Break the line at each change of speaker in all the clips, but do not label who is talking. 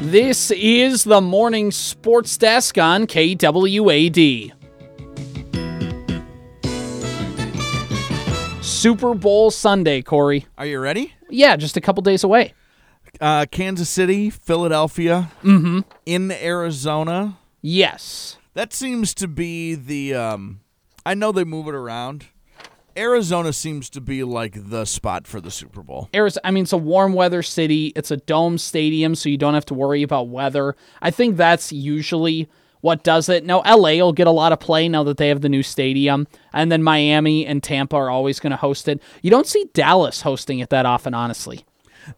This is the morning sports desk on KWAD. Super Bowl Sunday, Corey.
Are you ready?
Yeah, just a couple days away.
Uh, Kansas City, Philadelphia, in Arizona.
Yes.
That seems to be the. Um, I know they move it around. Arizona seems to be like the spot for the Super Bowl.
Arizona, I mean, it's a warm weather city. It's a dome stadium, so you don't have to worry about weather. I think that's usually what does it. Now, LA will get a lot of play now that they have the new stadium. And then Miami and Tampa are always going to host it. You don't see Dallas hosting it that often, honestly.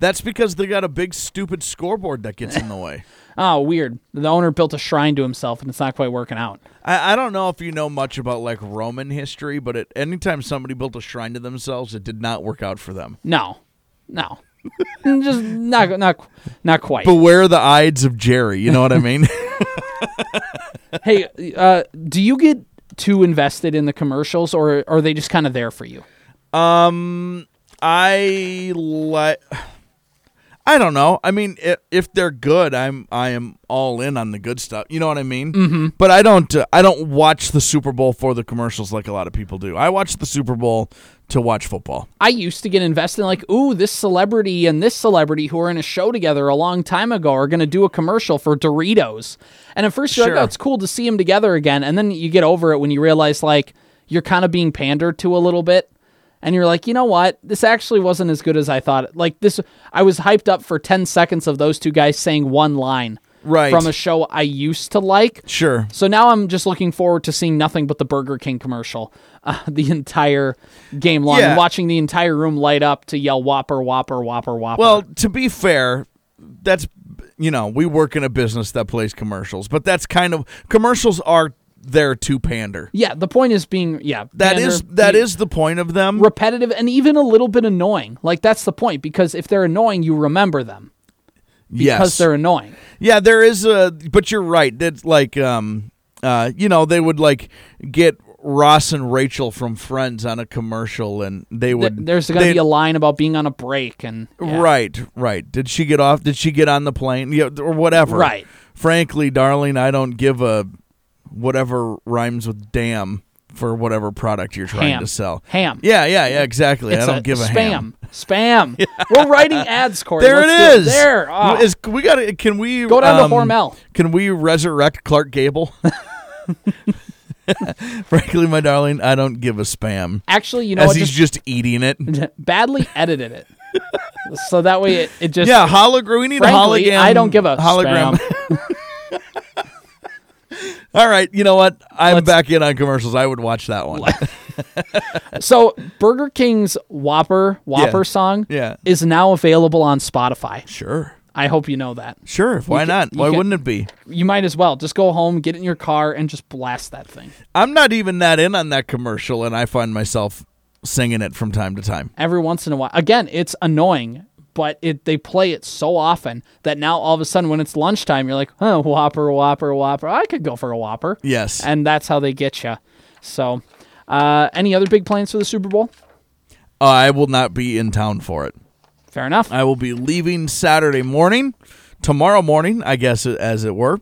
That's because they got a big stupid scoreboard that gets in the way.
Oh, weird. The owner built a shrine to himself, and it's not quite working out.
I, I don't know if you know much about like Roman history, but it, anytime somebody built a shrine to themselves, it did not work out for them.
No, no, just not not not quite.
Beware the Ides of Jerry. You know what I mean?
hey, uh, do you get too invested in the commercials, or are they just kind of there for you?
I like. I don't know. I mean, if, if they're good, I'm I am all in on the good stuff. You know what I mean? Mm-hmm. But I don't uh, I don't watch the Super Bowl for the commercials like a lot of people do. I watch the Super Bowl to watch football.
I used to get invested in like, ooh, this celebrity and this celebrity who are in a show together a long time ago are going to do a commercial for Doritos. And at first you're like,
Sure.
oh, it's cool to see them together again. And then you get over it when you realize like you're kind of being pandered to a little bit. And you're like, you know what? This actually wasn't as good as I thought. Like this, I was hyped up for 10 seconds of those two guys saying one line
Right.
from a show I used to like.
Sure.
So now I'm just looking forward to seeing nothing but the Burger King commercial uh, the entire game long,
Yeah.
and watching the entire room light up to yell Whopper, Whopper, Whopper, Whopper.
Well, to be fair, that's you know we work in a business that plays commercials, but that's kind of commercials are there to pander.
yeah, the point is being yeah
That is that is the point of them.
repetitive and even a little bit annoying. Like that's the point because if they're annoying, you remember them because
yes.
they're annoying.
Yeah, there is a, but you're right. That's like, um, uh, you know, they would like get Ross and Rachel from Friends on a commercial, and they
Th-
would.
There's going to
they-
be a line about being on a break and yeah.
right, right. Did she get off? Did she get on the plane? Yeah, or whatever.
Right.
Frankly, darling, I don't give a whatever rhymes with damn for whatever product you're trying
Ham.
to sell.
Ham.
Yeah, yeah, yeah. Exactly.
It's
I don't give a
spam.
ham.
Spam. We're writing ads, Corey.
There
Let's
it
do
is.
There. Ah.
Is- we got to Can we
Go down to
um,
Hormel.
Can we resurrect Clark Gable? Frankly, my darling, I don't give a spam.
Actually, you know
as
what?
he's
Just
just eating it.
badly edited it. so that way it, it just
Yeah, hologram. We need
frankly,
a hologram.
I don't give a
hologram.
spam.
All right, you know what? I'm back in on commercials. I would watch that one.
So Burger King's Whopper Whopper
Yeah.
song
Yeah.
is now available on Spotify.
sure,
I hope you know that.
sure. Why not?
you
Why
can-
wouldn't it be?
You might as well just go home, get in your car, and just blast that thing.
I'm not even that in on that commercial, and I find myself singing it from time to time.
every once in a while. Again, it's annoying, but it they play it so often that now all of a sudden when it's lunchtime, you're like, oh, Whopper, Whopper, Whopper. I could go for a Whopper.
Yes.
And that's how they get you. So, uh, any other big plans for the Super Bowl?
I will not be in town for it.
Fair enough.
I will be leaving Saturday morning, tomorrow morning, I guess, as it were.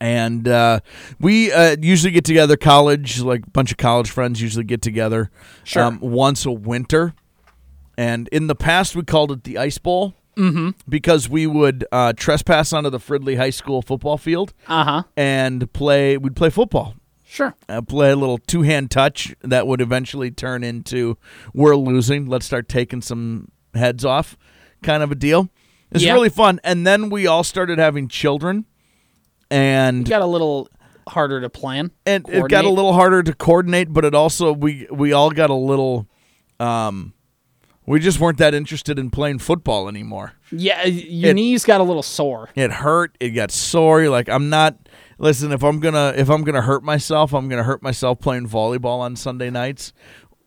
And uh, we uh, usually get together, college, like a bunch of college friends usually get together
Sure.
um, once a winter. And in the past, we called it the Ice Bowl mm-hmm. because we would uh, trespass onto the Fridley High School football field
Uh huh.
and play, we'd play football
Sure.
uh, play a little two hand touch that would eventually turn into we're losing. Let's start taking some heads off, kind of a deal. It's
Yeah.
really fun. And then we all started having children, and
Got a little harder to plan.
and it got a
coordinate.
little harder to coordinate. But it also we we all got a little, um, we just weren't that interested in playing football anymore.
Yeah, your
it-
knees got a little sore.
It hurt. It got sore. You're like I'm not. Listen, if I'm gonna if I'm gonna hurt myself, I'm gonna hurt myself playing volleyball on Sunday nights,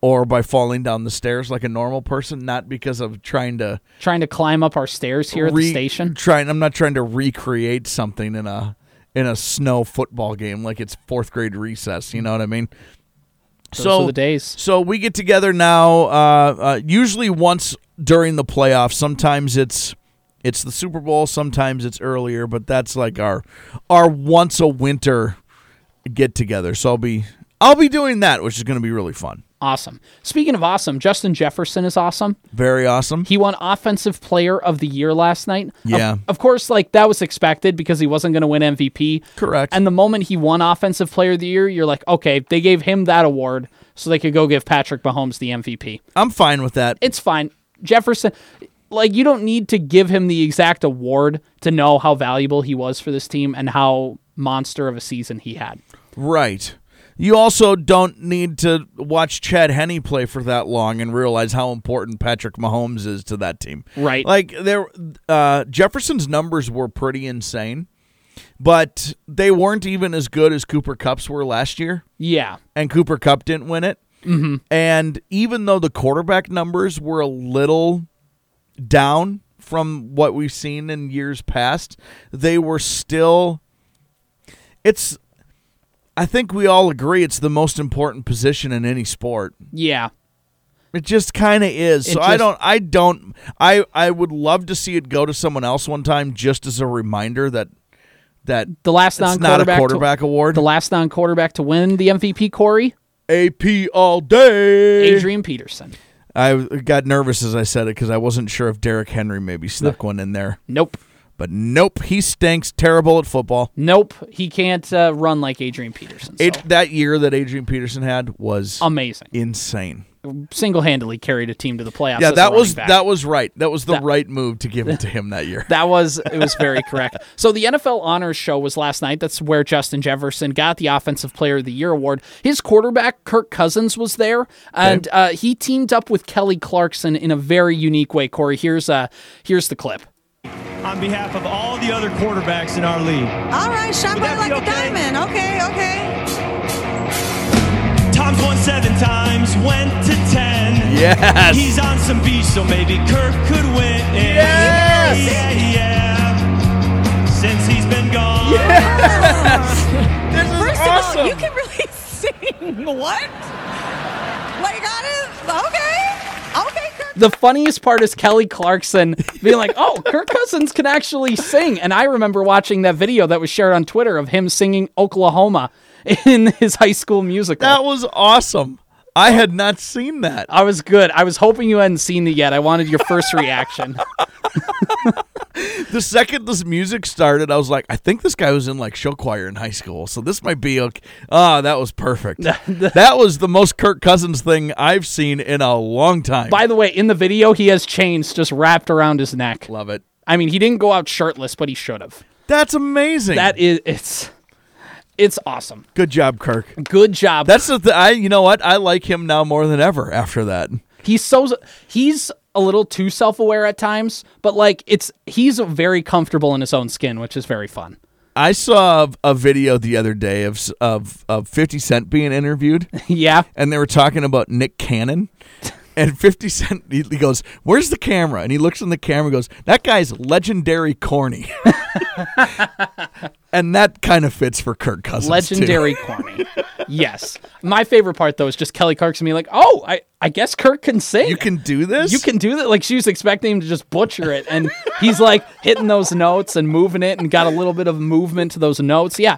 or by falling down the stairs like a normal person. Not because of trying to
Trying to climb up our stairs here at the
re-
station.
Trying. I'm not trying to recreate something in a in a snow football game like it's fourth grade recess. You know what I mean?
Those are the days.
So we get together now, uh, uh, usually once during the playoffs. Sometimes it's It's the Super Bowl. Sometimes it's earlier, but that's like our our once a winter get together. So I'll be I'll be doing that, which is going to be really fun.
Awesome. Speaking of awesome, Justin Jefferson is awesome.
Very awesome.
He won Offensive Player of the Year last night. Of-
Yeah.
Of, course, like that was expected because he wasn't going to win MVP.
Correct.
And the moment he won Offensive Player of the Year, you're like, okay, they gave him that award so they could go give Patrick Mahomes the MVP.
I'm fine with that.
It's fine. Jefferson, like, you don't need to give him the exact award to know how valuable he was for this team and how monster of a season he had.
Right. You also don't need to watch Chad Henney play for that long and realize how important Patrick Mahomes is to that team.
Right.
Like there uh Jefferson's numbers were pretty insane, but they weren't even as good as Cooper Cups were last year
Yeah.
and Cooper Cup didn't win it. Mm-hmm. And even though the quarterback numbers were a little down from what we've seen in years past, they were still. It's. I think we all agree it's the most important position in any sport.
Yeah.
It just kind of is.
It
so I
just-
don't. I don't. I I would love to see it go to someone else one time, just as a reminder that that
The last non
it's not a
quarterback.
quarterback award.
the last non quarterback to win the MVP, Corey,
AP all day.
Adrian Peterson.
I got nervous as I said it because I wasn't sure if Derrick Henry maybe snuck one in there.
Nope.
But nope, he stinks. Terrible at football.
Nope. He can't uh, run like Adrian Peterson. So. Um,
It, that year that Adrian Peterson had was
Amazing.
insane.
Single handedly carried a team to the playoffs.
Yeah,
as a
that
running
was
back.
that was right. That was the
That-
right move to give it to him that year.
That was it was very correct. So the NFL Honors Show was last night. That's where Justin Jefferson got the Offensive Player of the Year award. His quarterback Kirk Cousins was there, and uh, he teamed up with Kelly Clarkson in a very unique way. Corey, here's uh here's the clip.
on behalf of all the other quarterbacks in our league.
All right, shine
that
bright like
be
a
okay?
diamond. Okay, okay.
Tom's won seven times, went to ten.
Yes.
He's on some beach, so maybe Kirk could win. it.
Yes.
Yeah, yeah. Since he's been gone.
This is
First of all, you can really sing. What? Like I didn't. Okay, okay, Kirk.
The funniest part is Kelly Clarkson being like, "Oh, Kirk Cousins can actually sing." And I remember watching that video that was shared on Twitter of him singing Oklahoma in his high school musical.
that was awesome. I had not seen that.
I was good. I was hoping you hadn't seen it yet. I wanted your first reaction.
The second this music started, I was like, I think this guy was in like show choir in high school, so this might be okay. Ah, that was perfect. that was the most Kirk Cousins thing I've seen in a long time.
By the way, in the video, he has chains just wrapped around his neck.
Love it.
I mean, he didn't go out shirtless, but he should have.
That's amazing.
That is, it's, it's awesome.
good job, Kirk.
Good job.
That's the th- I. You know what? I like him now more than ever after that.
he's so he's a little too self-aware at times, but like it's he's very comfortable in his own skin, which is very fun.
I saw a- a video the other day of s- of of Fifty Cent being interviewed,
yeah,
and they were talking about Nick Cannon. And 50 Cent, he he goes, Where's the camera? And he looks in the camera and goes, That guy's legendary corny. and that kind of fits for Kirk Cousins. too.
legendary corny. Yes, my favorite part though is just Kelly Clarkson being like, "Oh, I I guess Kirk can sing.
You can do this?
You can do that. Like she was expecting him to just butcher it, and he's like hitting those notes and moving it, and got a little bit of movement to those notes. Yeah.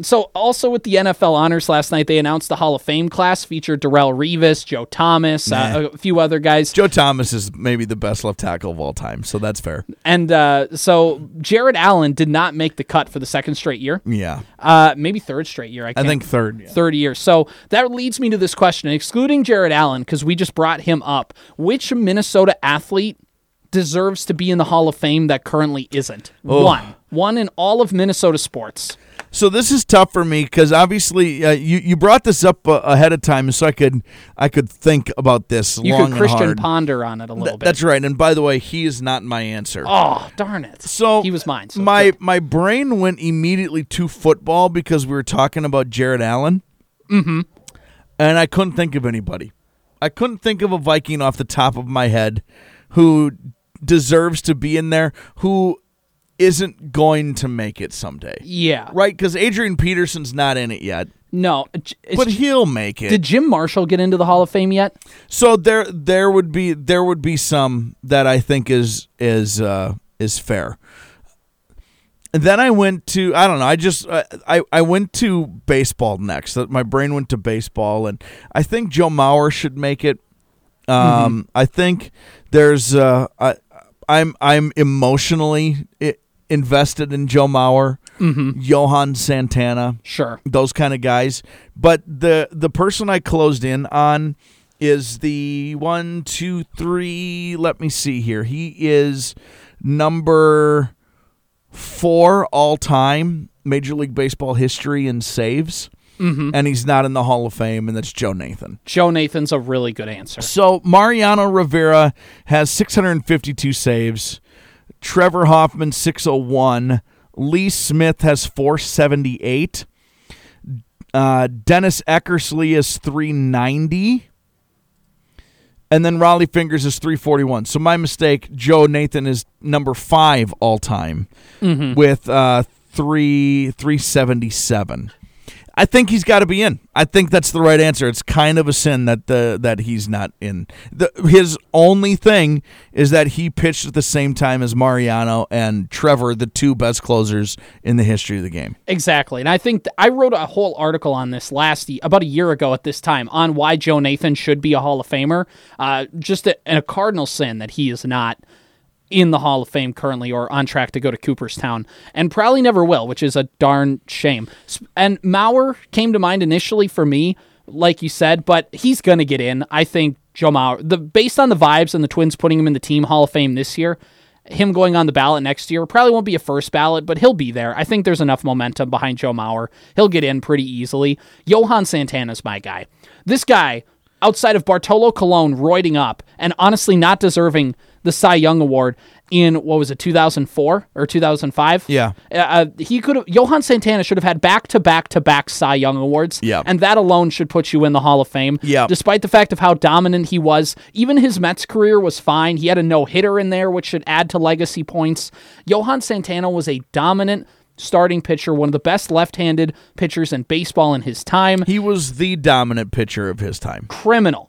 So also with the NFL honors last night, they announced the Hall of Fame class featured Darrell Revis, Joe Thomas, uh, a few other guys,
Joe Thomas is maybe the best left tackle of all time, so that's fair.
and uh, so Jared Allen did not make the cut for the second straight year.
Yeah.
Uh, maybe third straight year. I,
I
can't-
think third. yeah.
Third year. So that leads me to this question, excluding Jared Allen, because we just brought him up. Which Minnesota athlete deserves to be in the Hall of Fame that currently isn't?
Oh.
One. One in all of Minnesota sports.
So this is tough for me because obviously uh, you you brought this up uh, ahead of time, so I could I could think about this
You
long
could Christian
and hard.
ponder on it a little bit.
That's right. And by the way, he is not my answer.
Oh, darn it.
So
he was mine. so
my
good.
my brain went immediately to football because we were talking about Jared Allen. Mm-hmm. And I couldn't think of anybody. I couldn't think of a Viking off the top of my head who deserves to be in there who isn't going to make it someday.
Yeah.
Right? Because Adrian Peterson's not in it yet,
No. it's-
but he'll make it.
did Jim Marshall get into the Hall of Fame yet?
So there there would be there would be some that I think is is uh is fair. And then I went to I don't know I just uh, I I went to baseball next. Uh, My brain went to baseball, and I think Joe Mauer should make it. Um, I think there's uh, I I'm I'm emotionally i- invested in Joe Mauer, Johan Santana
Sure.
those kind of guys. But the the person I closed in on is the one, two, three. Let me see here. He is number four all time Major League Baseball history in saves, and he's not in the Hall of Fame, and that's Joe Nathan.
Joe Nathan's a really good answer.
So Mariano Rivera has 652 saves. Trevor Hoffman 601. Lee Smith has 478. Uh, Dennis Eckersley is 390. And then Raleigh Fingers is 341. So my mistake, Joe Nathan is number five all time with uh, three 377. I think he's got to be in. I think that's the right answer. It's kind of a sin that the that he's not in. The, his only thing is that he pitched at the same time as Mariano and Trevor, the two best closers in the history of the game.
Exactly. And I think th- I wrote a whole article on this last y- about a year ago at this time on why Joe Nathan should be a Hall of Famer. Uh, just a, and a cardinal sin that he is not in the Hall of Fame currently or on track to go to Cooperstown and probably never will, which is a darn shame. S- And Maurer came to mind initially for me, like you said, but he's going to get in. I think Joe Maurer, the, based on the vibes and the Twins putting him in the team Hall of Fame this year, him going on the ballot next year probably won't be a first ballot, but he'll be there. I think there's enough momentum behind Joe Mauer. He'll get in pretty easily. Johan Santana's my guy. This guy, outside of Bartolo Colon roiding up and honestly not deserving the Cy Young Award in what was it, 2004 or 2005?
Yeah.
Uh, he could have, Johan Santana should have had back to back to back Cy Young Awards.
Yeah.
And that alone should put you in the Hall of Fame.
Yeah.
Despite the fact of how dominant he was, even his Mets career was fine. He had a no hitter in there, which should add to legacy points. Johan Santana was a dominant starting pitcher, one of the best left handed pitchers in baseball in his time.
He was the dominant pitcher of his time.
criminal.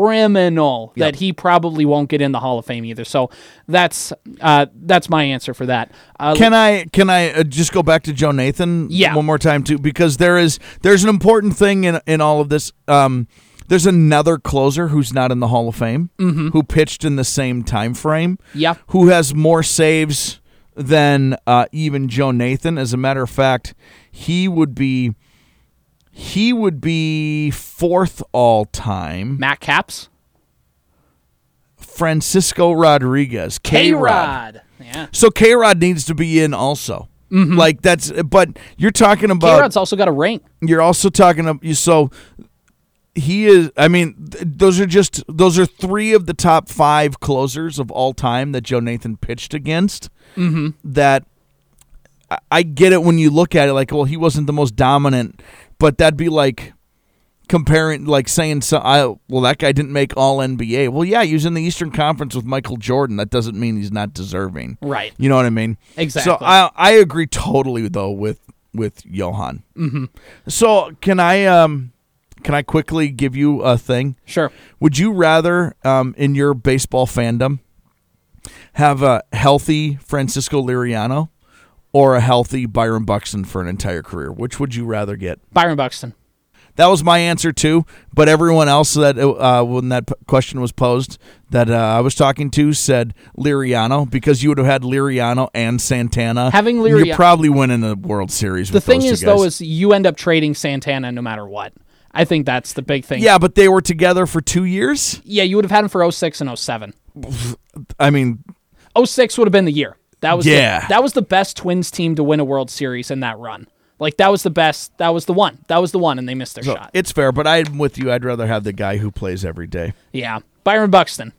Criminal that he probably won't get in the Hall of Fame either. So that's uh, that's my answer for that. Uh,
Can I can I uh, just go back to Joe Nathan
Yeah.
one more time too because there is there's an important thing in in all of this um there's another closer who's not in the Hall of Fame who pitched in the same time frame
Yeah.
who has more saves than uh, even Joe Nathan as a matter of fact he would be he would be fourth all time
Matt Caps,
Francisco Rodriguez K Rod
Yeah,
so K Rod needs to be in also. Like that's, but you're talking
K
about.
Rod's also got a ring.
You're also talking about. You so he is. I mean, th- those are just those are three of the top five closers of all time that Joe Nathan pitched against. Mm-hmm. That I, I get it when you look at it. Like, well, he wasn't the most dominant, but that'd be like comparing like saying so I well that guy didn't make all NBA. Well yeah, he was in the Eastern Conference with Michael Jordan. That doesn't mean he's not deserving.
Right.
You know what I mean?
Exactly.
So I I agree totally though with with Johan. Mm-hmm. So can I um can I quickly give you a thing?
Sure.
Would you rather um in your baseball fandom have a healthy Francisco Liriano or a healthy Byron Buxton for an entire career? Which would you rather get?
Byron Buxton.
That was my answer too. But everyone else that uh, when that p- question was posed that uh, I was talking to said Liriano because you would have had Liriano and Santana.
Having
you
Liriano-
probably winning the World Series.
The
with
thing
those two
is, though, is
guys.
you end up trading Santana no matter what. I think that's the big thing.
yeah, but they were together for two years.
Yeah, you would have had him for 06 and 07.
I mean,
06 would have been the year. That was
Yeah.
The, that was the best Twins team to win a World Series in that run. Like that was the best. That was the one. That was the one, and they missed their
so
shot.
it's fair. But I'm with you. I'd rather have the guy who plays every day.
yeah, Byron Buxton,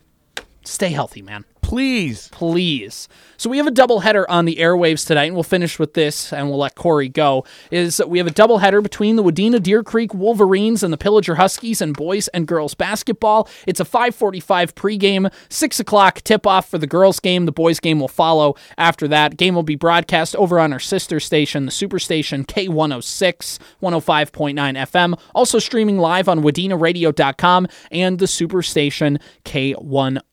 stay healthy, man.
Please.
please. So we have a doubleheader on the airwaves tonight, and we'll finish with this, and we'll let Corey go. Is that we have a doubleheader between the Wadena Deer Creek Wolverines and the Pillager Huskies and boys and girls basketball. It's a 5:45 pregame, six o'clock tip-off for the girls game. The boys game will follow after that. Game will be broadcast over on our sister station, the Superstation K106, 105.9 FM. Also streaming live on WadenaRadio.com and the Superstation K106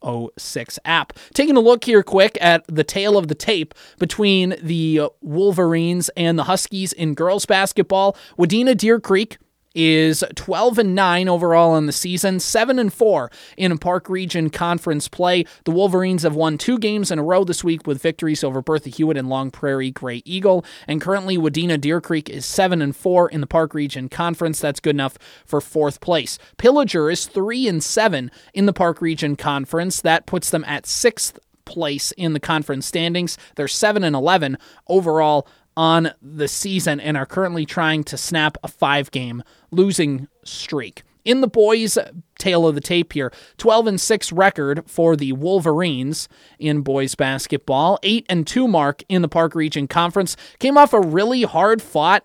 app. Taking a look here quick at the tail of the tape between the uh, Wolverines and the Huskies in girls basketball, Wadena Deer Creek is 12 and 9 overall on the season, 7 and 4 in Park Region Conference play. The Wolverines have won two games in a row this week with victories over Bertha Hewitt and Long Prairie Gray Eagle, and currently Wadena Deer Creek is 7 and 4 in the Park Region Conference. That's good enough for 4th place. Pillager is 3 and 7 in the Park Region Conference. That puts them at 6th place in the conference standings. They're 7 and 11 overall on the season and are currently trying to snap a 5-game losing streak. In the boys tail of the tape here, 12 and 6 record for the Wolverines in boys basketball, 8 and 2 mark in the Park Region Conference. Came off a really hard fought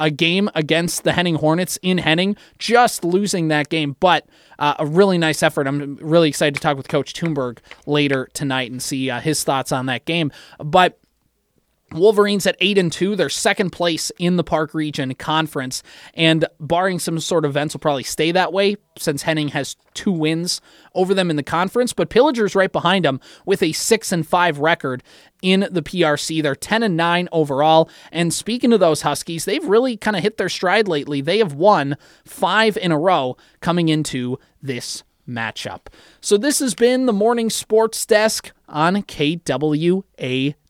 a game against the Henning Hornets in Henning, just losing that game, but uh, a really nice effort. I'm really excited to talk with Coach Toomberg later tonight and see uh, his thoughts on that game. But Wolverines at 8 and 2, they're second place in the Park Region Conference. And barring some sort of events, will probably stay that way since Henning has two wins over them in the conference. But Pillager's right behind them with a 6 and 5 record in the PRC. They're 10 and 9 overall. And speaking of those Huskies, they've really kind of hit their stride lately. They have won five in a row coming into this matchup. So this has been the Morning Sports Desk on KWAD.